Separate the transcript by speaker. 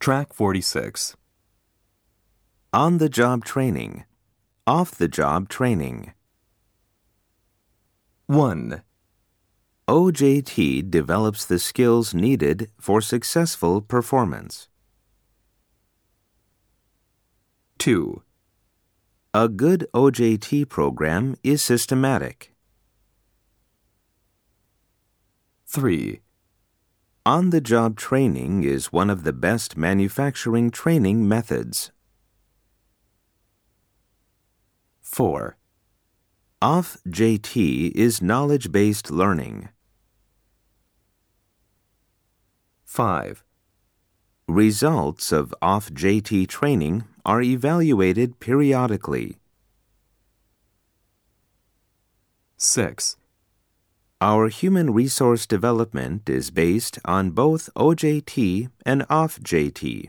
Speaker 1: Track 46. On the job training, off the job training. 1,
Speaker 2: OJT develops the skills needed for successful performance.
Speaker 1: 2,
Speaker 2: A good OJT program is systematic.
Speaker 1: 3,
Speaker 2: On the job training is one of the best manufacturing training methods.
Speaker 1: 4,
Speaker 2: Off JT is knowledge based learning.
Speaker 1: 5,
Speaker 2: Results of off JT training are evaluated periodically.
Speaker 1: 6.
Speaker 2: Our human resource development is based on both OJT and off JT.